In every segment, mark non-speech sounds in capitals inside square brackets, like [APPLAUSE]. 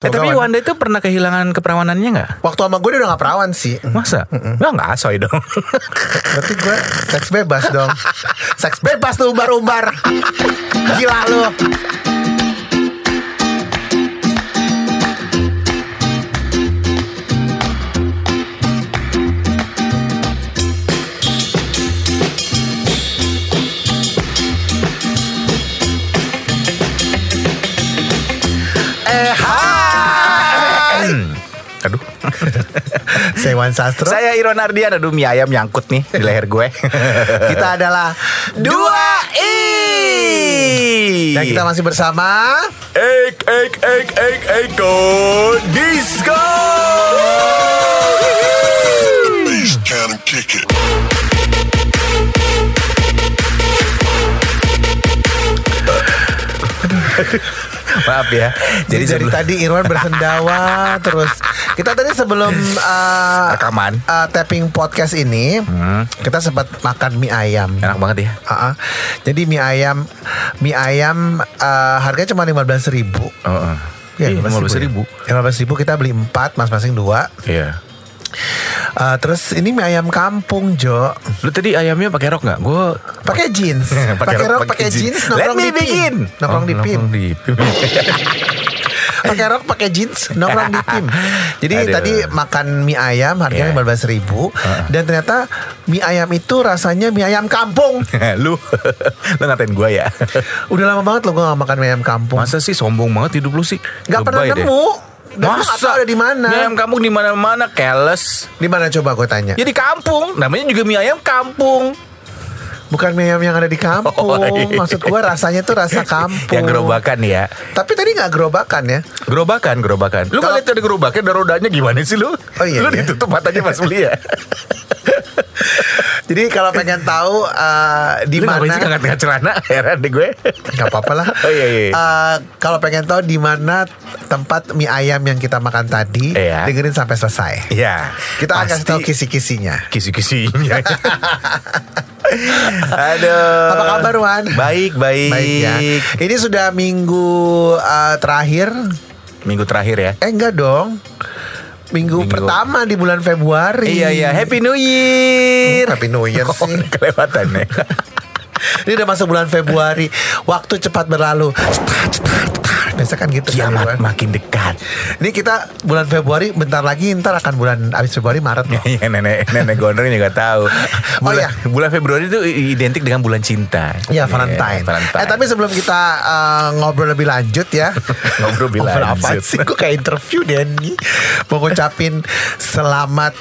Eh, tapi kawan. Wanda itu pernah kehilangan keperawanannya nggak? Waktu sama gue dia udah gak perawan sih Masa? Nggak nggak asoy dong. Berarti gue seks bebas [LAUGHS] dong Seks bebas tuh umbar-umbar Gila lu Eh hai Aduh. [LAUGHS] Saya Wan Sastro Saya Iron Ardian. Aduh mie ayam nyangkut nih di leher gue. [LAUGHS] Kita adalah [LAUGHS] Dua i. Dan Nah, kita masih bersama Ek ek ek ek Eko Disco. bass can kick it. Maaf ya. Jadi, dari sebelum- tadi Irwan [LAUGHS] bersendawa terus. Kita tadi sebelum eh, Rekaman. eh, tapping podcast ini, kita sempat makan mie ayam. enak banget ya. Ah, ah. Jadi mie ayam, mie ayam eh, harganya cuma lima belas ribu. Heeh. Ya, Iya, 15.000. 15.000. Lima belas ribu kita beli empat, masing-masing dua. Iya. Eh, terus ini mie ayam kampung Jo, Lu tadi ayamnya pakai rok nggak? Gue pakai jeans, [LAUGHS] pakai rok, pakai jeans, Let nongkrong me di pin. Oh, begin. nongkrong di pin. Nongkrong di pin. pakai rok pakai jeans nongkrong di [LAUGHS] tim jadi Aduh. tadi makan mie ayam Iya. harganya lima ribu dan ternyata mie ayam itu rasanya mie ayam kampung [LAUGHS] lu lu ngatain gue [LAUGHS] ya udah lama banget loh gue gak makan mie ayam kampung masa sih sombong banget hidup lu sih nggak pernah Lebay deh. nemu dan lu nggak masa tahu ada di mana mie ayam kampung di mana mana keles di mana coba gue tanya ya di kampung namanya juga mie ayam kampung bukan mie ayam yang ada di kampung Oh, iya. maksud gue rasanya tuh rasa kampung [LAUGHS] yang gerobakan ya tapi tadi nggak gerobakan ya gerobakan gerobakan lu Kalau- kalau lihat ada gerobaknya ada rodanya gimana sih lu Oh, iya, lu iya. ditutup matanya pas beli ya jadi kalau pengen tahu eh, [LAUGHS] di Lu ngapain mana sih nggak [LAUGHS] celana heran deh gue Gak apa-apa lah. [LAUGHS] Oh, iya, iya. Eh, kalau pengen tahu di mana tempat mie ayam yang kita makan tadi, Iya. dengerin sampai selesai. ya Kita akan kasih tahu kisi-kisinya. [LAUGHS] kisi-kisinya. Aduh. Apa kabar, Wan? Eh, Baik, baik. Baik ya. Ini sudah minggu eh, terakhir. Minggu terakhir ya. Eh enggak dong. Minggu, Minggu. pertama di bulan Februari. Iya, iya. Happy New Year. Happy New Year Kok Iya, sih. [LAUGHS] kelewatan ya. Ini udah masuk bulan Februari. Waktu cepat berlalu. Cetar, cetar, cetar. Biasa kan gitu. kan, Kiamat Wan? makin dekat. Ini kita bulan Februari bentar lagi ntar akan bulan abis Februari Maret loh. Iya, nenek nenek gondrong juga tahu. Bulan, iya. bulan Februari itu i- identik dengan bulan cinta. Ya Iya, Valentine. Valentine. Eh tapi sebelum kita eh, ngobrol lebih lanjut ya. [LAUGHS] Ngobrol lebih apa lanjut. sih? Gue kayak interview Denny. Mau ngucapin selamat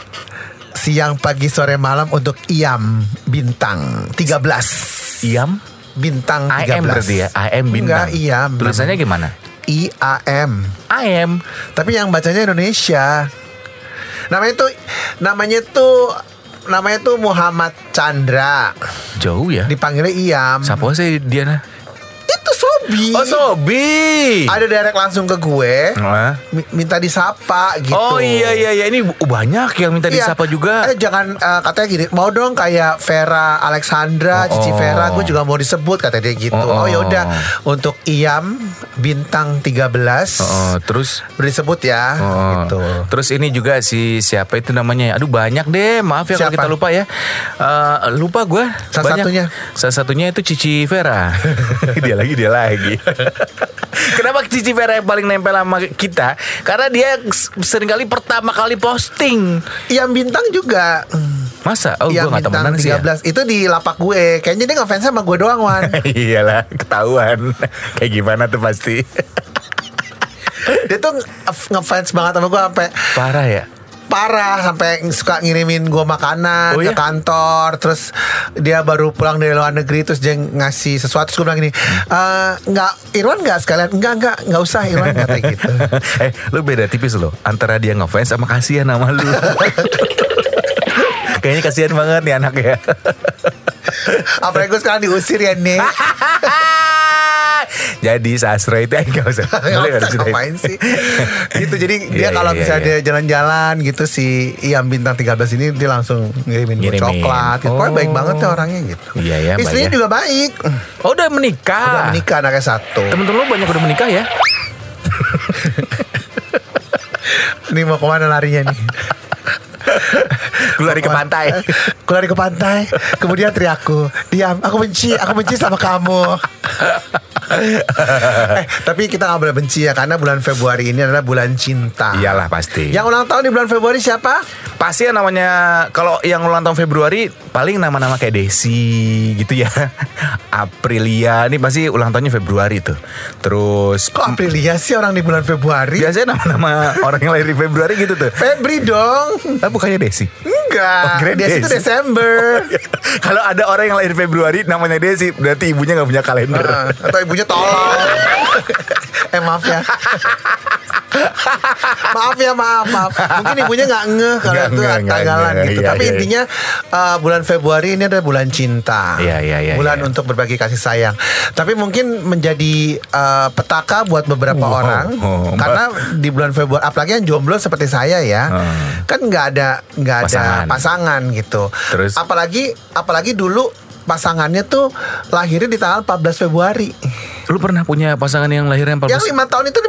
siang, pagi, sore, malam untuk Iam Bintang 13. Iam Bintang IM 13. Iya. berarti ya. IM Enggak, iya, bintang. Iam. Tulisannya gimana? I A M. IM. Tapi yang bacanya Indonesia. Namanya tuh namanya tuh namanya tuh Muhammad Chandra. Jauh ya. Dipanggilnya Iam. Siapa sih Diana? Itu Sobi. Oh, Sobi. ada direct langsung ke gue Hah? mi- minta disapa gitu. Oh iya iya iya ini banyak yang minta Iya. disapa juga. Eh jangan eh, katanya gini, mau dong kayak Vera Alexandra, Oh, Cici oh. Vera, gue juga mau disebut kata dia gitu. Oh, Oh, oh. yaudah untuk Iam bintang 13 Oh, terus udah disebut ya oh, gitu. terus ini juga si siapa itu namanya? ya? Aduh banyak deh, maaf ya kalau Siapa? kita lupa ya. Eh, lupa gue. Salah satunya. Salah satunya itu Cici Vera. [LAUGHS] dia lagi dia lagi. [LAUGHS] Kenapa Cici Vera yang paling nempel sama kita? Karena dia s- seringkali pertama kali posting. Iam bintang juga. Masa? Oh, gue Iam gak bintang temenan 13 sih ya. itu di lapak gue. Kayaknya dia ngefans sama gue doang, Wan. [LAUGHS] Iyalah, ketahuan. Kayak gimana tuh pasti. dia tuh nge- ngefans banget sama gue sampai Parah ya? parah sampai suka ngirimin gue makanan Oh, iya? ke kantor terus dia baru pulang dari luar negeri terus dia ngasih sesuatu gue bilang gini "Eh, nggak Irwan nggak sekalian nggak nggak nggak usah Irwan kata gitu [LAUGHS] eh, lu beda tipis lo antara dia ngefans sama kasihan sama lu. [LAUGHS] Kayaknya kasihan banget nih anak ya. apalagi gue sekarang diusir ya nih [LAUGHS] Jadi sastra itu enggak [LAUGHS] usah. Boleh nggak diceritain? ngapain sih gitu [LAUGHS] jadi dia Iya, kalau iya, misalnya iya. dia jalan-jalan gitu si Iam bintang 13 ini dia langsung ngirimin gue Ngirimin. coklat gitu. Pokoknya baik Oh. banget tuh orangnya gitu Iya, ya, istrinya baik ya. juga baik Oh, udah menikah. udah menikah anaknya satu Temen-temen lu banyak udah menikah ya? Nih mau kemana larinya nih? Gue lari ke [LAUGHS] pantai. Aku lari ke pantai Kemudian teriakku Diam Aku benci Aku benci sama kamu [LAUGHS] eh, Tapi kita gak boleh benci ya Karena bulan Februari ini adalah bulan cinta Iyalah pasti. Yang ulang tahun di bulan Februari siapa? Pasti yang namanya kalau yang ulang tahun Februari paling nama-nama kayak Desi gitu ya. [LAUGHS] Aprilia ini pasti ulang tahunnya Februari tuh. Terus Kok Aprilia sih orang di bulan Februari? biasanya nama-nama orang yang lahir di Februari gitu tuh. Febri dong Ah, bukannya Desi. Oh, Enggak kirain Dia itu Desi. Desember [LAUGHS] iya. kalau ada orang yang lahir Februari namanya Desi, berarti ibunya nggak punya kalender. Heeh, Atau Ah, ibunya [LAUGHS] tolong Eh maaf ya [LAUGHS] maaf ya maaf maaf mungkin ibunya nggak ngeh kalau Nggak itu ngeh, nggak tanggalan ngeh. gitu Iya, tapi iya, iya. intinya eh, bulan Februari ini adalah bulan cinta Iya, iya, iya, bulan iya. untuk berbagi kasih sayang tapi mungkin menjadi eh, petaka buat beberapa Wow. orang Oh, karena di bulan Februari apalagi yang jomblo seperti saya ya Hmm. kan nggak ada nggak ada Pasangan. pasangan gitu Terus? apalagi apalagi dulu pasangannya tuh lahirnya di tanggal 14 Februari Lu pernah punya pasangan yang lahirnya 14? yang lima tahun itu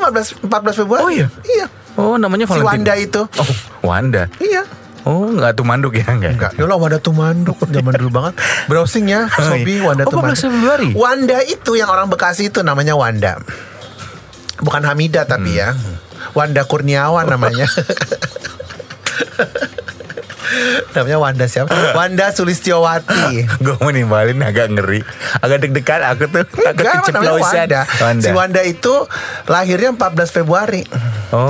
15 14 Februari Oh, iya? iya Oh, namanya si Valentino. Wanda itu. Oh, Wanda. Iya. Oh, nggak tuh manduk ya enggak? Enggak, dulu Wanda Tumanduk zaman dulu banget. [LAUGHS] Browsing ya, Sobi Wanda Oh, 14 Tumanduk. Februari. Wanda itu yang orang Bekasi itu namanya Wanda. Bukan Hamida tapi Hmm. ya. Wanda Kurniawan [LAUGHS] namanya. namanya Wanda siapa? Wanda [LAUGHS] Sulistiowati. Gue mau nimbalin agak ngeri Agak deg-degan aku tuh Agak Enggak, namanya keceplosan Wanda. Wanda. Si Wanda itu lahirnya 14 Februari.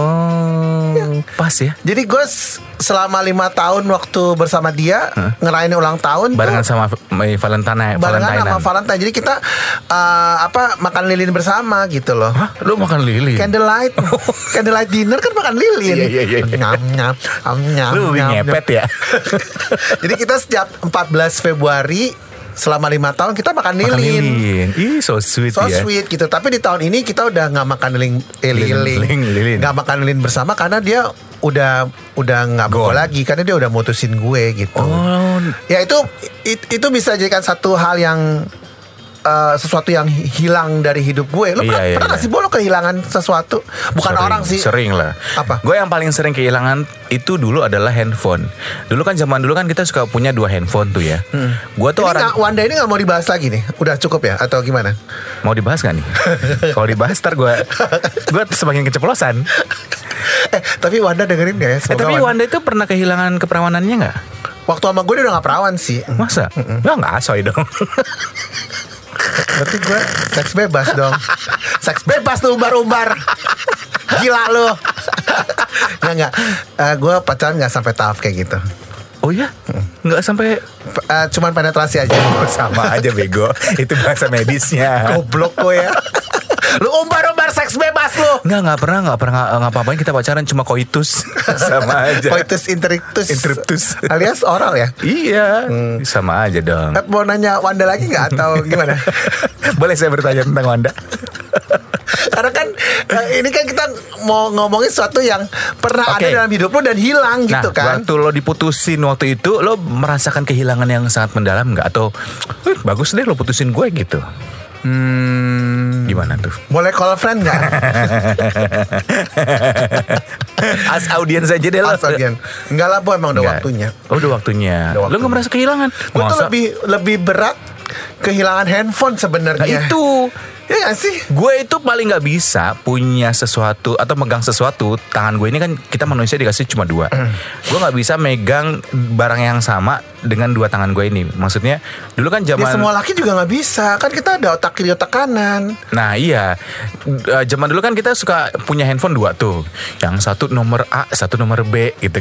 Oh Pas ya Jadi gue s- selama lima tahun waktu bersama dia ngerayain ulang tahun tuh- Barengan sama Valentine Valentine barengan sama Valentine. Jadi kita eh, apa makan lilin bersama gitu loh. Hah? Lu makan lilin? Candlelight, candlelight dinner kan makan lilin. Iya, iya, iya, iya. Nyam nyam, am, nyam, Lu nyam, ngepet nyam. ya? Jadi kita setiap 14 Februari selama lima tahun kita makan lilin. Makan lilin Ih so sweet So ya sweet gitu Tapi di tahun ini kita udah nggak makan lilin eh, Lilin, lilin, lilin. Nggak makan lilin bersama Karena dia udah udah nggak mau Gone. lagi Karena dia udah mutusin gue gitu Oh ya itu it- itu bisa jadikan satu hal yang eh, sesuatu yang hi- hilang dari hidup gue. Lo Iya, pernah, iya, pernah iya. nggak sih Bo, lo kehilangan sesuatu? Bukan Sering, orang sih. Sering lah. Apa? Gue yang paling sering kehilangan itu dulu adalah handphone. Dulu kan zaman dulu kan kita suka punya dua handphone tuh ya. Gue Ini tuh orang nggak- Wanda ini nggak mau dibahas lagi nih. Udah cukup ya atau gimana? [LAUGHS] mau dibahas [LAUGHS] gak nih? Kalau dibahas ntar gue gue semakin keceplosan. Eh tapi Wanda dengerin gak ya? Eh, Semoga tapi Wanda- Wanda itu pernah kehilangan keperawanannya nggak? Waktu sama gue dia udah gak perawan sih. Masa? Wah nggak asoy [LAUGHS] dong. Berarti gue seks bebas dong. [LAUGHS] seks bebas tuh umbar-umbar. Gila lo. Nggak nggak. Eh, gue pacaran nggak sampai tahap kayak gitu. Oh ya? Nggak sampai P- eh, cuman penetrasi aja. sama aja [LAUGHS] bego. Itu bahasa medisnya. Goblok lo ya. lu umbar-umbar seks bebas lu. Nggak nggak pernah nggak pernah nggak- ngapain kita pacaran cuma koitus [LAUGHS] sama aja. Coitus interruptus. Interruptus. Alias oral ya. Iya, sama aja dong. Eh, Mau nanya Wanda lagi nggak atau gimana? [LAUGHS] Boleh saya bertanya tentang Wanda? Karena kan eh, ini kan kita mau ngomongin sesuatu yang pernah Oke. ada dalam hidup lu dan Nah, hilang gitu kan. waktu lo diputusin waktu itu, lo merasakan kehilangan yang sangat mendalam nggak? Atau "Eh, bagus deh lo putusin gue gitu? Hmm, gimana tuh? Boleh call friend nggak? Hmm. As audiens aja deh lo. Mas Adian? Enggak lah, Bu emang udah Iya. Nggak. waktunya. Oh, udah waktunya. Udah Lo nggak waktunya. merasa kehilangan? Gue tuh Masa? lebih lebih berat kehilangan handphone Nah, sebenarnya. itu. Ya nggak sih? Gue itu paling nggak bisa punya sesuatu atau megang sesuatu. Tangan gue ini kan kita manusia dikasih cuma dua. Hmm. gue nggak bisa megang barang yang sama dengan dua tangan gue ini. Maksudnya dulu kan Ya zaman semua laki juga nggak bisa. Kan kita ada otak kiri otak kanan. Nah iya Eh, Zaman dulu kan kita suka punya handphone dua tuh Yang satu nomor A, satu nomor B gitu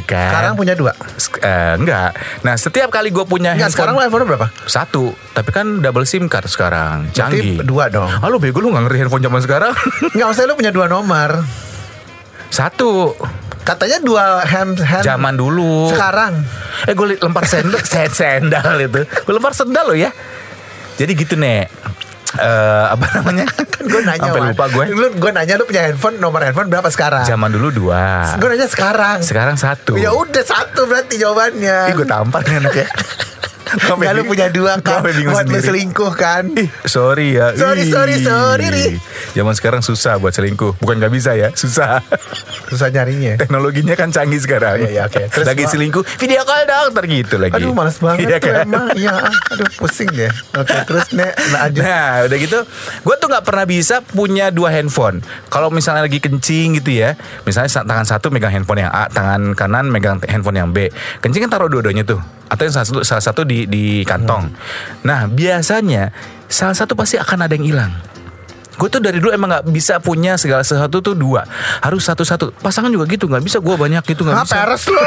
kan Sekarang punya dua. Sek- eh, Enggak Nah setiap kali gue punya Enggak, sekarang lo handphone handphone berapa? Satu Tapi kan double SIM card sekarang Canggih Berarti dua [LAUGHS] dong. Halo bego lu gak ngerti handphone zaman sekarang [LAUGHS] Enggak usah lu punya dua nomor. Satu Katanya dua hand hand. Zaman dulu Kan Sekarang. Eh gue lempar sendal [LAUGHS] sen- Sendal itu Gue lempar sendal lo ya Jadi gitu Nek Eh, Apa namanya [LAUGHS] Kan gue nanya. Sampai Wan. lupa gue Lu gue nanya lu punya handphone nomor handphone berapa sekarang? Zaman dulu dua Gue nanya sekarang. Sekarang satu Ya udah satu berarti Ih gue jawabannya. [LAUGHS] tampar nih anaknya ya. Gua Gak lu bingung. punya dua kan Gua bingung Buat lu sendiri. selingkuh kan Ih, sorry ya. Sorry, Ih. sorry, sorry, Ri. Zaman sekarang susah buat selingkuh. Bukan nggak bisa ya, susah. [LAUGHS] Susah nyarinya Teknologinya kan canggih sekarang. Iya, iya, oke. Terus lagi gua- selingkuh, video call dong, ntar gitu lagi. Aduh males banget Iya tuh kan? emang Iya aduh pusing deh Oke terus Nek lanjut [LAUGHS] Nah udah gitu Gue tuh gak pernah bisa punya dua handphone Kalau misalnya lagi kencing gitu ya Misalnya sa- tangan satu megang handphone yang A Tangan kanan megang t- handphone yang B Kencing kan taruh dua-duanya tuh Atau yang salah satu, salah satu di, di kantong Nah biasanya Salah satu pasti akan ada yang hilang Gue tuh dari dulu emang gak bisa punya segala sesuatu tuh dua Harus satu-satu Pasangan juga gitu gak bisa gue banyak gitu gak Hah bisa Nah, peres lu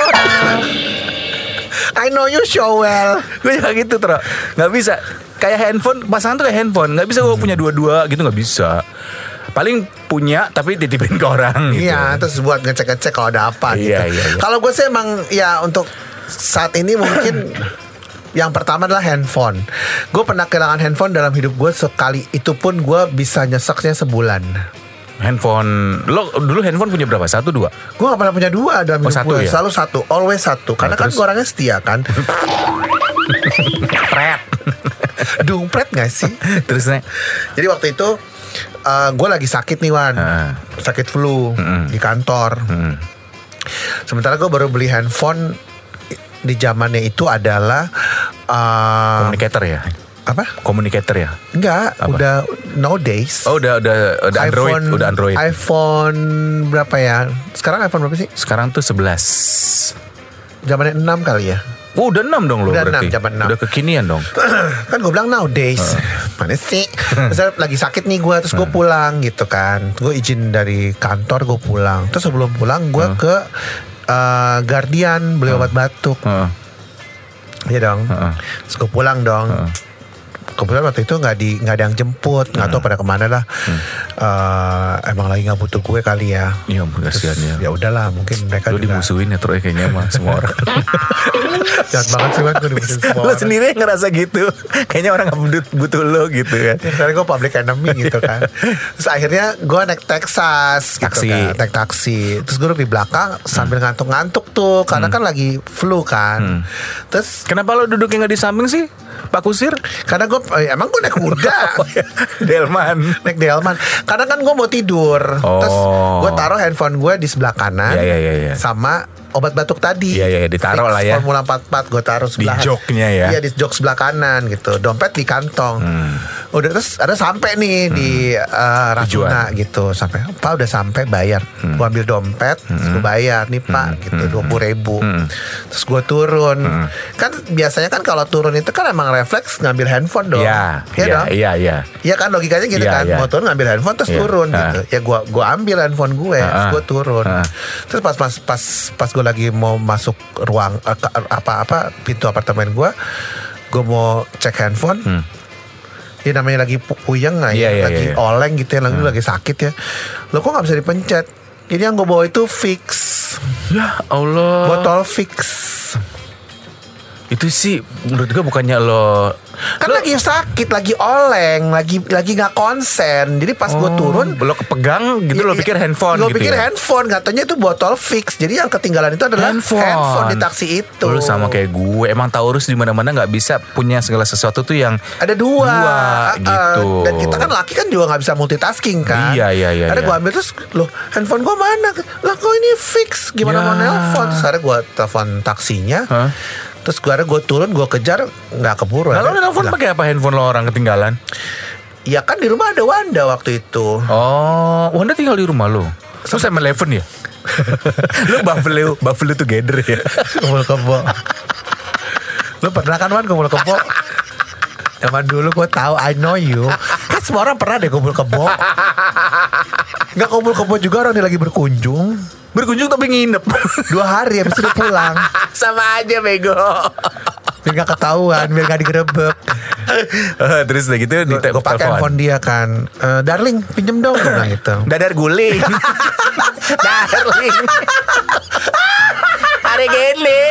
I know you so well gue juga gitu tro nggak bisa kayak handphone pasangan tuh kayak handphone nggak bisa gue punya dua-dua gitu nggak bisa paling punya tapi titipin ke orang gitu Iya, terus buat ngecek-ngecek kalau ada apa gitu. Iya, iya, iya. Kalau gue sih emang ya untuk saat [COUGHS] ini mungkin yang pertama adalah handphone. Gue pernah kehilangan handphone dalam hidup gue sekali. Itu pun gue bisa nyeseknya sebulan. handphone lo dulu handphone punya berapa satu dua Gue gak pernah punya dua Oh, dalam hidup satu ya? gue. Nah, Selalu satu, always satu. Karena kan terus? gue orangnya setia [LAUGHS] kan. pret [LAUGHS] Dungpret gak sih? terus nih Jadi waktu itu gue lagi sakit nih Wan. Heeh. Sakit flu di kantor. Sementara gue baru beli handphone di zamannya itu adalah eh, communicator ya apa? communicator ya Enggak, Apa? udah nowadays. oh udah udah udah android iPhone, udah android iPhone berapa ya? Sekarang iPhone berapa sih? sekarang tuh 11 Zamannya 6 kali ya. Oh udah 6 dong lo Udah berarti enam, zaman enam. Udah kekinian dong kan gue bilang nowadays mana sih terus saya lagi sakit nih gue terus gue pulang gitu kan gue izin dari kantor gue pulang terus sebelum pulang gue ke eh, Guardian beli obat batuk Heeh. Iya dong Heeh. terus gue pulang dong kebetulan waktu itu nggak di nggak ada yang jemput nggak tahu pada kemana lah Eh, emang lagi nggak butuh gue kali ya Hmm. Iya ampun, kasihan ya ya udahlah mungkin mereka Lo juga dimusuhin ya Troy kayaknya sama semua orang [LAUGHS] jahat banget sih gue [LAUGHS] dimusuhin semua lo orang. sendiri yang ngerasa gitu kayaknya orang nggak butuh, butuh lo gitu kan Iya, Karena gue public enemy gitu kan Terus akhirnya gue naik Texas gitu Taksi. kan Naik taksi Terus gue di belakang sambil ngantuk-ngantuk tuh Karena kan lagi flu kan Terus kenapa lo duduknya nggak di samping sih Pak Kusir karena gue Emang gue naik kuda [LAUGHS] Delman [LAUGHS] Naik delman Karena kan gue mau tidur Oh. Terus gue taruh handphone gue di sebelah kanan Iya, iya, iya, iya. Sama obat batuk tadi Iya, iya, iya, ditaruh Fix lah ya. Formula 44 gue taruh sebelah joknya ya. Hmm. Iya di jok sebelah kanan gitu Dompet di kantong Udah terus ada sampai nih di eh, Rasuna gitu sampai Pak udah sampai bayar Hmm. Gue ambil dompet terus gue bayar nih Pak gitu dua ribu Hmm. Terus gue turun Kan biasanya kan kalau turun itu kan emang refleks ngambil handphone dong Iya Iya Iya dong Iya Iya Iya kan logikanya gitu Iya, kan iya. Mau turun ngambil handphone terus Iya. turun Ah. gitu Ya gua gua ambil handphone gue Ah, Terus ah. gue turun Ah. Terus pas pas pas pas gue lagi mau masuk ruang eh, ke- Apa-apa pintu apartemen gue Gue mau cek handphone Ya namanya lagi pu- puyeng lah ya Hmm. Iya, iya, Lagi iya, iya. oleng gitu ya Lagi, lagi sakit ya Lo kok gak bisa dipencet Jadi yang gue bawa itu fix Ya Allah Botol fix Itu sih menurut gue bukannya lo Kan lagi sakit, lagi oleng, lagi lagi nggak konsen. Jadi pas gue Oh, turun, Lo kepegang gitu lo Iya, pikir handphone lo gitu pikir ya? handphone katanya itu botol fix jadi yang ketinggalan itu adalah handphone, di taksi itu Lo sama kayak gue Emang Taurus di mana mana gak bisa punya segala sesuatu tuh yang ada dua, Dua, Ah, ah. gitu. dan kita kan laki kan juga nggak bisa multitasking kan Iya, iya, iya, akhirnya iya. gue ambil terus loh handphone gue mana lah kok ini fix gimana Ya. mau nelfon terus akhirnya gue telepon taksinya Hah? terus gue gue turun gue kejar nggak keburu Nah, lo Akhirnya nelfon bilang, pakai apa handphone lo orang ketinggalan? ya kan di rumah ada Wanda waktu itu Oh, Wanda tinggal di rumah lo. Lo sama Eleven ya? [LAUGHS] lo Buffalo, Buffalo Together ya? Kumpul kebo Lu pernah kan Wan kumpul kebo Zaman dulu gue tahu I know you Kan semua orang pernah deh kumpul kebo Gak kumpul kebo juga orang dia lagi berkunjung [LAUGHS] Berkunjung tapi nginep. Dua hari habis itu dia pulang [LAUGHS] sama aja bego. Biar gak ketahuan Biar gak digerebek Terus udah gitu di Gue pakai handphone dia kan "Eh, Darling pinjem dong Gue bilang gitu Dadar [LAUGHS] guling. Darling. Hari gini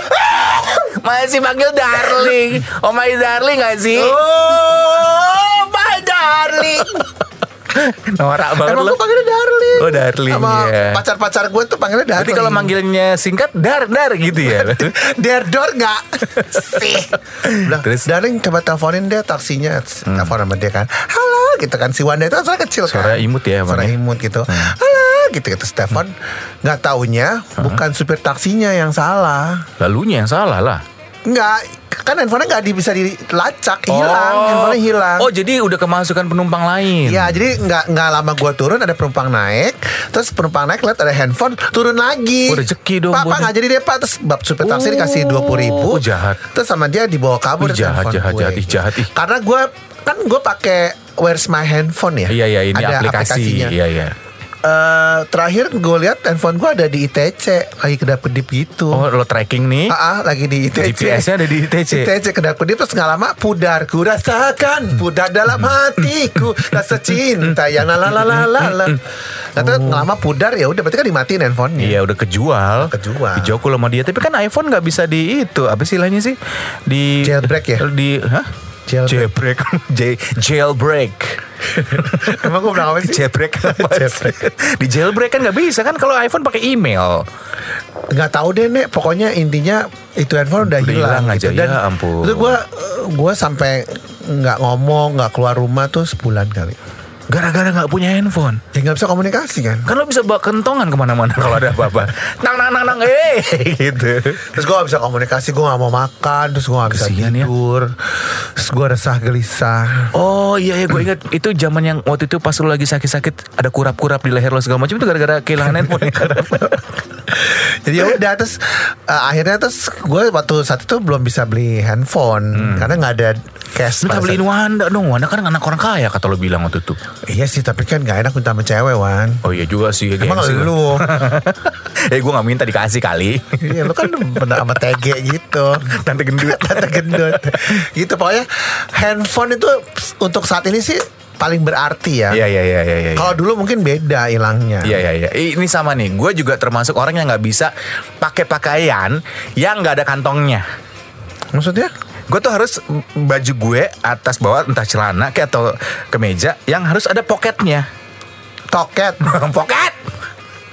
masih panggil darling. Oh my darling gak sih? Oh my darling. Norak banget Emang lo. gue panggilnya Darling. Oh, Darling, Sama iya. pacar-pacar gue tuh panggilnya Darling. Jadi kalau manggilnya singkat dar dar gitu ya. [LAUGHS] Derdor [LAUGHS] nggak sih? Bilang, Terus? Hmm. Darling coba teleponin deh taksinya. Telepon sama dia kan. Halo gitu kan si Wanda itu kan suara kecil kan. Suara imut ya, Suara emangnya. imut gitu. Halo gitu gitu Stefan nggak taunya Hmm. bukan supir taksinya yang salah. Lalunya yang salah lah. Nggak kan handphonenya nggak di- bisa dilacak hilang handphonenya hilang. Oh, jadi udah kemasukan penumpang lain. Ya jadi nggak nggak lama gua turun ada penumpang naik, terus penumpang naik lihat ada handphone turun lagi. Oh, rezeki dong Pak, Pak buat- nggak jadi deh Pak, terus bab supir taksi Oh, dikasih dua puluh ribu. oh, jahat. Terus sama dia dibawa kabur Ih, jahat, handphone jahat, gue. jahat, ih, jahat, ih. Karena gua kan gue pakai Where's My Handphone ya. Iya iya ini aplikasi. aplikasinya. Iya iya. Eh, terakhir gue lihat handphone gua ada di ITC lagi kedap-kedip gitu. Oh, lo tracking nih. [LAUGHS] Ah, ah, lagi di ITC. GPS-nya ada di ITC. ITC kedap kedip terus nggak lama pudar. Ku rasakan pudar dalam hatiku rasa cinta yang la la la la la. la. Kata nggak lama pudar ya udah berarti kan dimatiin handphonenya. Iya udah kejual. kejual. Dijokul sama dia. Tapi kan iPhone nggak bisa di itu. Apa sih lainnya sih? Di Jailbreak ya? Di hah? Jailbreak. [LAUGHS] J- jailbreak. Emang gue bilang apa sih? jailbreak. apa sih? [LAUGHS] Jailbreak. di jailbreak kan nggak bisa kan kalau iPhone pakai email. nggak tahu deh nek pokoknya intinya itu handphone udah, Udah hilang hilang, gitu. aja, ya ampun. itu gue gue sampai nggak ngomong nggak keluar rumah tuh sebulan kali Gara-gara nggak punya handphone. ya nggak bisa komunikasi kan Kan lo bisa bawa kentongan kemana-mana kalau ada [LAUGHS] apa-apa. Nang nang nang nang, eh [LAUGHS] gitu. terus gue gak bisa komunikasi gue gak mau makan terus gue gak bisa Kesian ya. tidur terus gue resah gelisah Oh iya ya gue ingat itu zaman yang waktu itu pas lu lagi sakit-sakit ada kurap-kurap di leher lo segala macam itu gara-gara kehilangan handphone. [LAUGHS] jadi ya udah terus eh, akhirnya terus gue waktu saat itu belum bisa beli handphone karena nggak ada cash Hmm. Lu pada tak beliin saat- Wanda dong Wanda kan anak orang kaya kata lo bilang waktu itu iya sih tapi kan gak enak minta sama cewek wan Oh iya juga sih emang gengsi lo. lu [LAUGHS] Eh gue gak minta dikasih kali Iya lu kan pernah sama TG gitu Tante gendut [LAUGHS] Tante gendut Gitu pokoknya Handphone itu Untuk saat ini sih Paling berarti ya [LAUGHS] Iya iya iya iya iya. Kalau dulu mungkin beda hilangnya Iya iya iya. Ini sama nih. Gue juga termasuk orang yang nggak bisa pakai pakaian yang nggak ada kantongnya. Maksudnya Gue tuh harus baju gue atas bawah entah celana kayak atau kemeja yang harus ada [LAUGHS] poketnya. Toket poket,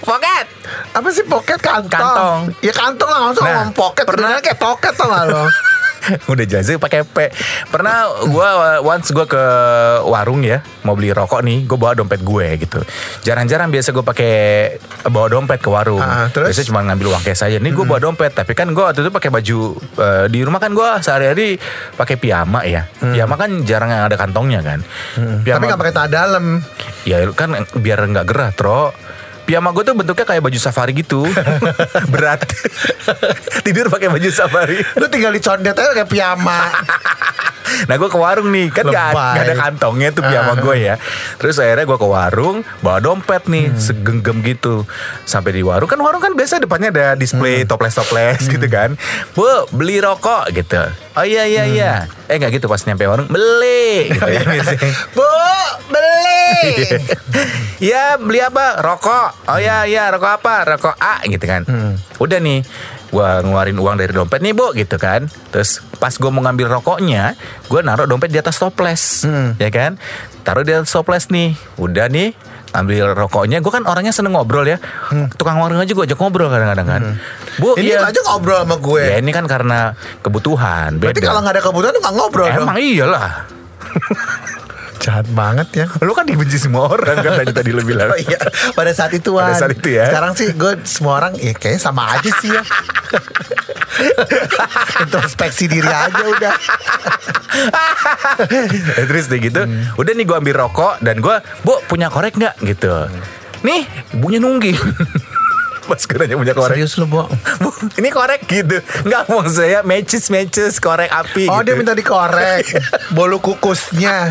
poket. Apa sih poket kantong? Kantong. Ya kantong lah Langsung Nah, ngomong poket Pernah kayak toket tau gak lo [LAUGHS] Udah jazz pakai P. Pernah gua once gua ke warung ya, mau beli rokok nih, gua bawa dompet gue gitu. Jarang-jarang biasa gua pakai bawa dompet ke warung. Ah, terus? Hmm. Biasanya cuma ngambil uang cash aja. Nih gua bawa dompet, tapi kan gua waktu itu pakai baju eh, di rumah kan gua sehari-hari pakai piyama ya. Piyama kan jarang yang ada kantongnya kan. Hmm. Tapi gak pakai tanah dalam Ya kan biar nggak gerah, Tro. Piyama gue tuh bentuknya kayak baju safari [LAUGHS] gitu. [LAUGHS] Berat. [LAUGHS] Tidur pakai baju safari. Lu tinggal dicondet aja kayak piyama Nah gue ke warung nih Kan gak, Lebay. gak ada kantongnya tuh piyama gue ya Terus akhirnya gue ke warung Bawa dompet nih Segenggam gitu Sampai di warung Kan warung kan biasa depannya ada display Toples-toples gitu kan Bu beli rokok gitu Oh iya iya iya Eh gak gitu pas nyampe warung Beli gitu ya [LAUGHS] biasanya. Bu beli Ya beli apa? Rokok. Oh ya ya rokok apa? Rokok A gitu kan. Udah nih gua ngeluarin uang dari dompet nih bu gitu kan terus pas gua mau ngambil rokoknya gua naruh dompet di atas toples ya kan taruh di atas toples nih udah nih ambil rokoknya gua kan orangnya seneng ngobrol ya tukang warung aja gua ajak ngobrol kadang-kadang kan bu [LAUGHS] Ini iya. lu aja ngobrol sama gue ya ini kan karena kebutuhan beda Berarti kalau gak ada kebutuhan lu gak ngobrol dong. emang iyalah Jahat banget ya lu kan dibenci semua [LAUGHS] orang kan tadi tadi lu bilang [LAUGHS] Oh iya, pada saat itu Pada Wan. saat itu ya. Sekarang sih gue semua orang ya kayaknya sama aja sih [LAUGHS] ya. Introspeksi diri aja udah. [LAUGHS] Eh, Terus deh gitu Udah nih gue ambil rokok Dan gue Bu punya korek nggak gitu Nih Ibunya nungging [LAUGHS] Pas gue nanya punya korek Serius lu, Bo? Bu ini korek gitu Nggak maksud saya Matches matches Korek api Oh, gitu. dia minta dikorek bolu kukusnya. [LAUGHS]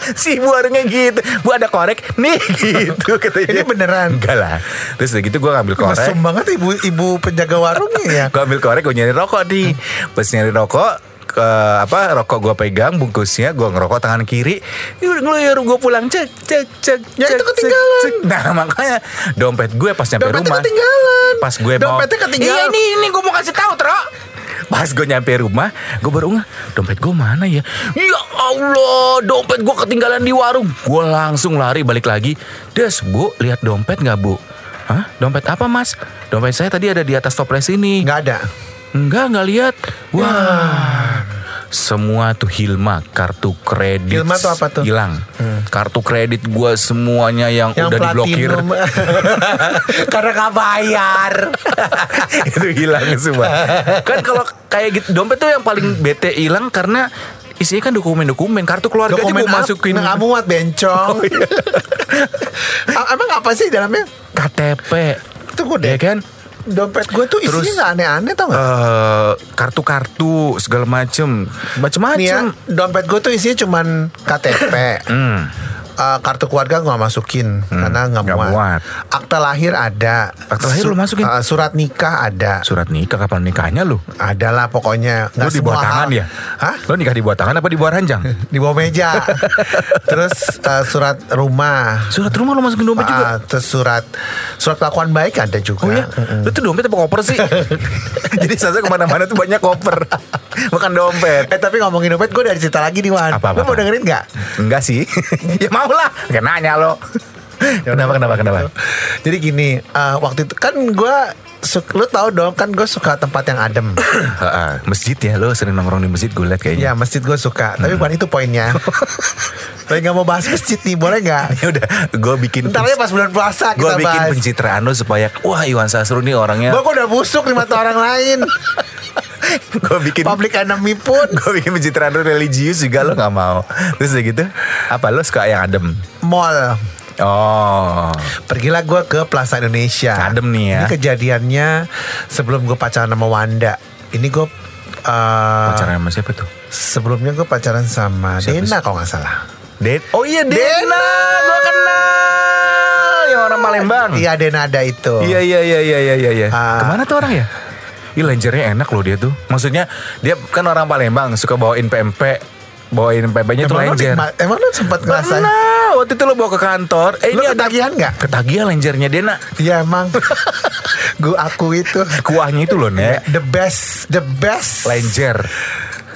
Si bu warungnya gitu Bu ada korek Nih [LAUGHS] gitu katanya. Ini beneran? Enggak lah Terus udah gitu gue ngambil korek Mesum banget ibu ibu penjaga warungnya ya. Gue ambil korek gue nyari rokok nih Pas nyari rokok ke apa rokok gue pegang bungkusnya gue ngerokok tangan kiri ngeluar gue pulang cek cek cek Ya, cek, itu cek, ketinggalan. cek. nah [LAUGHS] makanya dompet gue pas nyampe Dompetnya rumah ketinggalan. pas gue mau Dompetnya ketinggalan. iya ini ini gue mau kasih tahu tro Pas gue nyampe rumah, gue baru ngeh, dompet gue mana ya? Ya Allah, dompet gue ketinggalan di warung. Gue langsung lari balik lagi. Des, bu, lihat dompet nggak bu? Hah? Dompet apa mas? Dompet saya tadi ada di atas toples ini. nggak ada Enggak, enggak lihat. Wah. Semua tuh Hilma, kartu kredit. Hilma tuh apa tuh? Hmm. Hilang. Kartu kredit gua semuanya yang, yang udah [LAUGHS] diblokir. platinum [LAUGHS] karena nggak [LAUGHS] bayar itu hilang semua. Kan kalau kayak gitu dompet tuh yang paling bete hilang karena isinya kan dokumen-dokumen, kartu keluarga aja gua ap- masukin. Oh, iya. nggak muat [LAUGHS] bencong [LAUGHS] Em- emang apa sih dalamnya KTP. Tunggu deh Ya kan? dompet gue tuh Terus- isinya nggak aneh-aneh tau nggak Eh, kartu-kartu segala macem Nih ya, macem-macem dompet gue tuh isinya cuman KTP [LAUGHS] Hmm. Eh, kartu keluarga gua nggak masukin karena nggak nggak muat. muat. akta lahir ada Akta lahir lu masukin? eh, surat nikah ada surat nikah kapan nikahnya lu adalah pokoknya lu di nggak bawah semua tangan hal- ya Hah? lu nikah di bawah tangan apa di bawah ranjang di bawah [LAUGHS] meja terus eh, surat rumah Surat rumah lo masukin dompet juga. Ah, terus surat surat kelakuan baik ada juga Oh iya, lu tuh dompet apa koper sih? [LAUGHS] Jadi sasa kemana-mana tuh banyak [LAUGHS] koper, bukan dompet. eh tapi ngomongin dompet gue dari cerita lagi nih Wan Apa, apa, lu mau apa? dengerin nggak Enggak [LAUGHS] sih, ya mau lah. Gak nanya lo. kenapa, kenapa, kenapa? Jadi gini, eh, waktu itu kan gue lu tahu dong kan gue suka tempat yang [COUGHS] adem. [CLEARS THROAT] Heeh, masjid ya, lo sering nongkrong di masjid gue liat kayaknya. ya masjid gue suka, tapi Hmm. bukan itu poinnya. Lagi nggak mau bahas masjid nih, boleh nggak? [LAUGHS] Ya udah, gue bikin Ntar aja pas bulan puasa gue kita bikin bahas. pencitraan lo supaya wah Iwan Sasro nih orangnya. [LAUGHS] Gue udah busuk di mata orang lain. gue bikin [LAUGHS] Public enemy pun. gue bikin pencitraan lo religius juga lo nggak mau. Terus udah gitu, apa lo suka yang adem? Mall. Oh, Pergilah gue ke Plaza Indonesia. Adem nih ya. Ah, Ini kejadiannya sebelum gue pacaran sama Wanda. Ini eh, gue pacaran sama siapa tuh? sebelumnya gue pacaran sama Siapa Dena kalau nggak salah. Den oh iya Dena, Dena! gue kenal yang orang Palembang. Iya Denada itu. Hmm. iya iya iya iya iya. iya. Ah. Kemana tuh orang ya? Ih lenjernya enak loh dia tuh. Maksudnya dia kan orang Palembang suka bawain pempek, bawain pempeknya tuh Emang lu, lenjer. nikmat- emang lu sempat ngerasain? Pernah waktu itu lo bawa ke kantor. Eh Lu ini ada ketagihan nggak? ketagihan lenjernya Dena. Iya [LAUGHS] emang. gue aku itu Kuahnya itu loh Nek. the best, the best. Lenjer.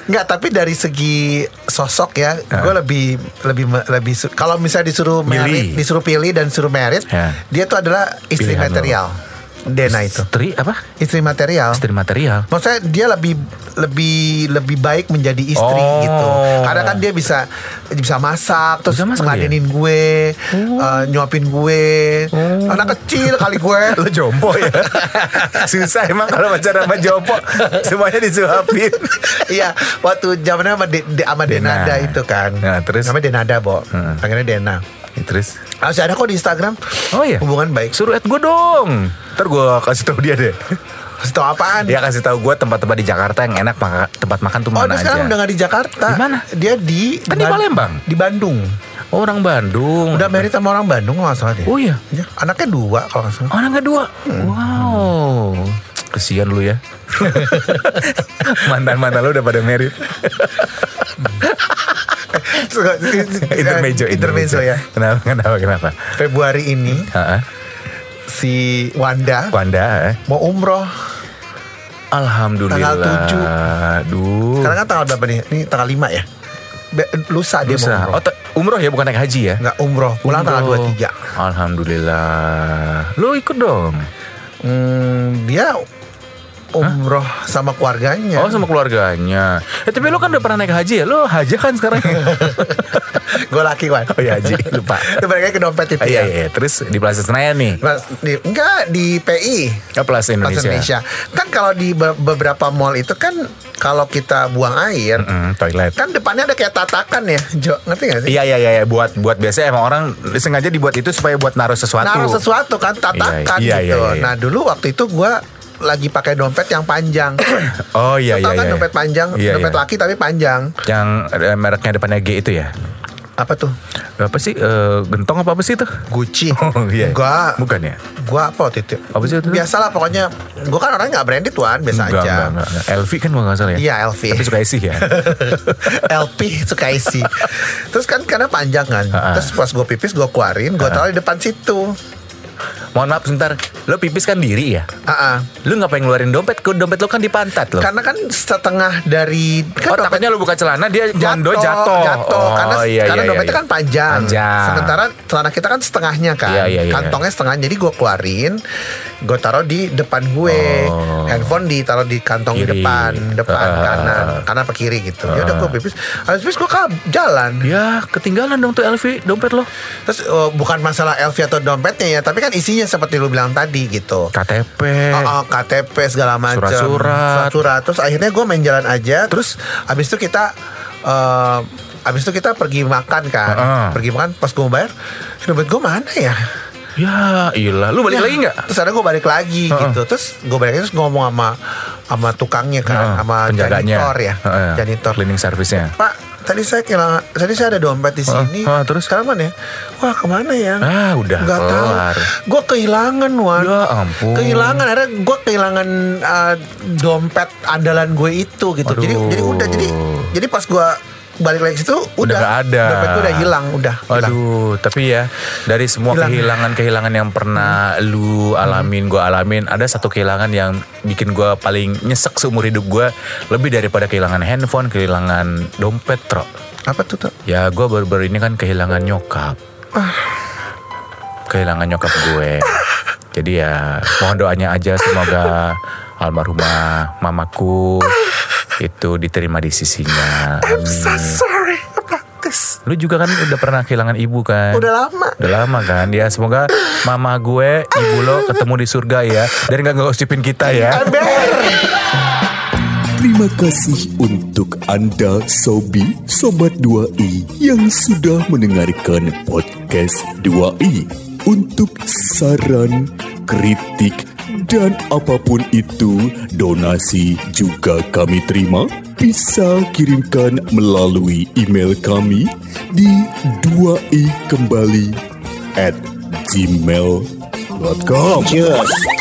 Nggak, tapi dari segi sosok ya, gue lebih lebih lebih su- kalau misalnya disuruh merit, Milih. disuruh pilih dan disuruh merit, Ya. dia tuh adalah istri Pilihan lo. material. Dena Nah, itu. Istri apa? Istri material. Istri material. Maksudnya dia lebih lebih lebih baik menjadi istri Oh. gitu. Karena kan dia bisa bisa masak, terus Bisa masak Oh. ngeladenin gue, eh, nyuapin gue. Anak kecil kali [LAUGHS] gue. Lo jompo ya Susah emang kalau pacaran sama jompo Semuanya disuapin Iya, waktu zamannya sama, De- De- sama Dena. Denada itu kan. Nah, terus? namanya Denada, Bo. Panggilnya Dena. Ah, Ya, terus Masih ada kok di Instagram. Oh iya Hubungan baik. Suruh add gue dong Ntar gue kasih tau dia deh Kasih tau apaan? Dia Ya, kasih tau gue tempat-tempat di Jakarta yang enak maka- Tempat makan tuh Oh, mana dia aja sekarang udah gak di Jakarta. Di mana? Dia di Kan di Ban- Palembang. Di Bandung. Oh, Orang Bandung Udah married sama orang Bandung kalau nggak salah dia. Oh iya Iya, Anaknya dua kalau nggak salah. Oh, Orang kedua Wow Kesian lu [LAUGHS] ya Mantan-mantan lu udah pada merit [LAUGHS] Iya, Intermejo intermezzo ya. Kenapa kenapa kenapa Februari ini Ha-ha. si Wanda Wanda eh? mau umroh. Alhamdulillah Tanggal tujuh. Aduh Sekarang kan tanggal berapa nih? Ini tanggal 5 ya. Be- Lusa dia Lusa. mau Oh, umroh. ta- umroh ya bukan naik haji ya Nggak umroh, pulang Umroh. tanggal 23. Alhamdulillah. Lu ikut dong. Hmm, dia umroh sama keluarganya. Oh sama keluarganya. Eh, tapi lu kan udah pernah naik haji ya? Lu haji kan [LAUGHS] sekarang? Gue laki kan. oh iya haji, lupa. [LAUGHS] Itu mereka ke dompet itu. Ah, iya, ya. iya. Terus di Plaza Senayan nih. Mas, di, enggak di PI Ya, Plaza Plaza Indonesia. Indonesia. Kan kalau di be- beberapa mall itu kan kalau kita buang air Mm, toilet. kan depannya ada kayak tatakan ya, Jo. Ngerti gak sih? Iya, iya, iya. iya. Buat buat biasa emang orang sengaja dibuat itu supaya buat naruh sesuatu. Naruh sesuatu kan tatakan Iya, iya, gitu. iya, iya. Nah, dulu waktu itu gua lagi pakai dompet yang panjang. Oh [COUGHS] iya, iya, Tau iya. kan dompet panjang, Iya, dompet iya. laki tapi panjang. Yang eh, mereknya depannya G itu ya? Apa tuh? Apa sih? eh, gentong apa apa sih itu? [LAUGHS] Gucci. Oh iya. Gua Bukan ya? gua apa waktu itu? Apa sih waktu itu? Biasalah pokoknya gua kan orangnya nggak branded tuan, biasa aja. enggak, enggak, enggak. LV kan kalau nggak salah ya? Iya, LV. [LAUGHS] Tapi suka isi ya? LP suka isi. Terus kan karena panjang kan. Ha-ha. Terus pas gue pipis gue keluarin, gue taruh di depan situ. mohon maaf sebentar lo pipis kan diri ya Ah, ah. lu ngapain ngeluarin dompet ke dompet lo kan di pantat lo Karena kan setengah dari oh kan dompet takutnya lo buka celana dia jando jatuh, jatuh jatuh. oh, karena iya, karena iya, dompetnya iya. kan panjang. Panjang. Sementara celana kita kan setengahnya kan, Iya, iya, iya. kantongnya setengah. Jadi gue keluarin, gue taruh di depan gue, Oh. handphone ditaruh di kantong di Kiri. depan, depan Ah. kanan, kanan apa kiri gitu. Ya udah gue pipis, habis pipis gue jalan. ya ketinggalan dong tuh Elvi dompet lo Terus eh, bukan masalah Elvi atau dompetnya ya, tapi kan isinya seperti lu bilang tadi gitu. KTP Oh, oh, KTP segala macam. Eh. Surat-surat. Surat-surat. Terus akhirnya gue main jalan aja. Terus abis itu kita, eh abis itu kita pergi makan kan. Heeh. Pergi makan. Pas gue mau bayar, "Eh, dompet gue mana ya? ya ilah lu balik Ya. lagi nggak Terus ada gue balik lagi Heeh. gitu. Terus gue balik lagi, terus ngomong sama sama tukangnya kan, Heeh, sama janitor ya, Heeh. Ah, janitor. cleaning service-nya Pak, tadi saya kehilangan, tadi saya ada dompet di Heeh, sini. heeh, terus? sekarang mana ya? Wah kemana ya? ah udah Gak tahu. kelar Gue kehilangan Wan. Ya ampun. Kehilangan. Akhirnya gue kehilangan uh, dompet andalan gue itu gitu. Jadi Aduh. jadi udah jadi jadi pas gue balik lagi situ udah, nggak ada. Dompet gue udah hilang udah. hilang. Aduh, tapi ya dari semua Hilang. kehilangan-kehilangan yang pernah lu alamin, gua alamin, ada satu kehilangan yang bikin gua paling nyesek seumur hidup gua lebih daripada kehilangan handphone, kehilangan dompet, Tro. Apa tuh? tuh? Ya, gua baru-baru ini kan kehilangan nyokap. Kehilangan nyokap gue. Jadi ya mohon doanya aja semoga almarhumah mamaku itu diterima di sisinya. So Amin. sorry about this. Lu juga kan udah pernah kehilangan ibu kan? Udah [LAUGHS] lama. Udah lama kan? Ya semoga mama gue, ibu lo ketemu di surga ya. Dan gak ngosipin kita ya. Iya, Ember. Terima kasih untuk anda Sobi Sobat 2i yang sudah mendengarkan podcast 2i. Untuk saran, kritik, dan apapun itu, donasi juga kami terima. Bisa kirimkan melalui email kami di 2i kembali at gmail.com. Yes.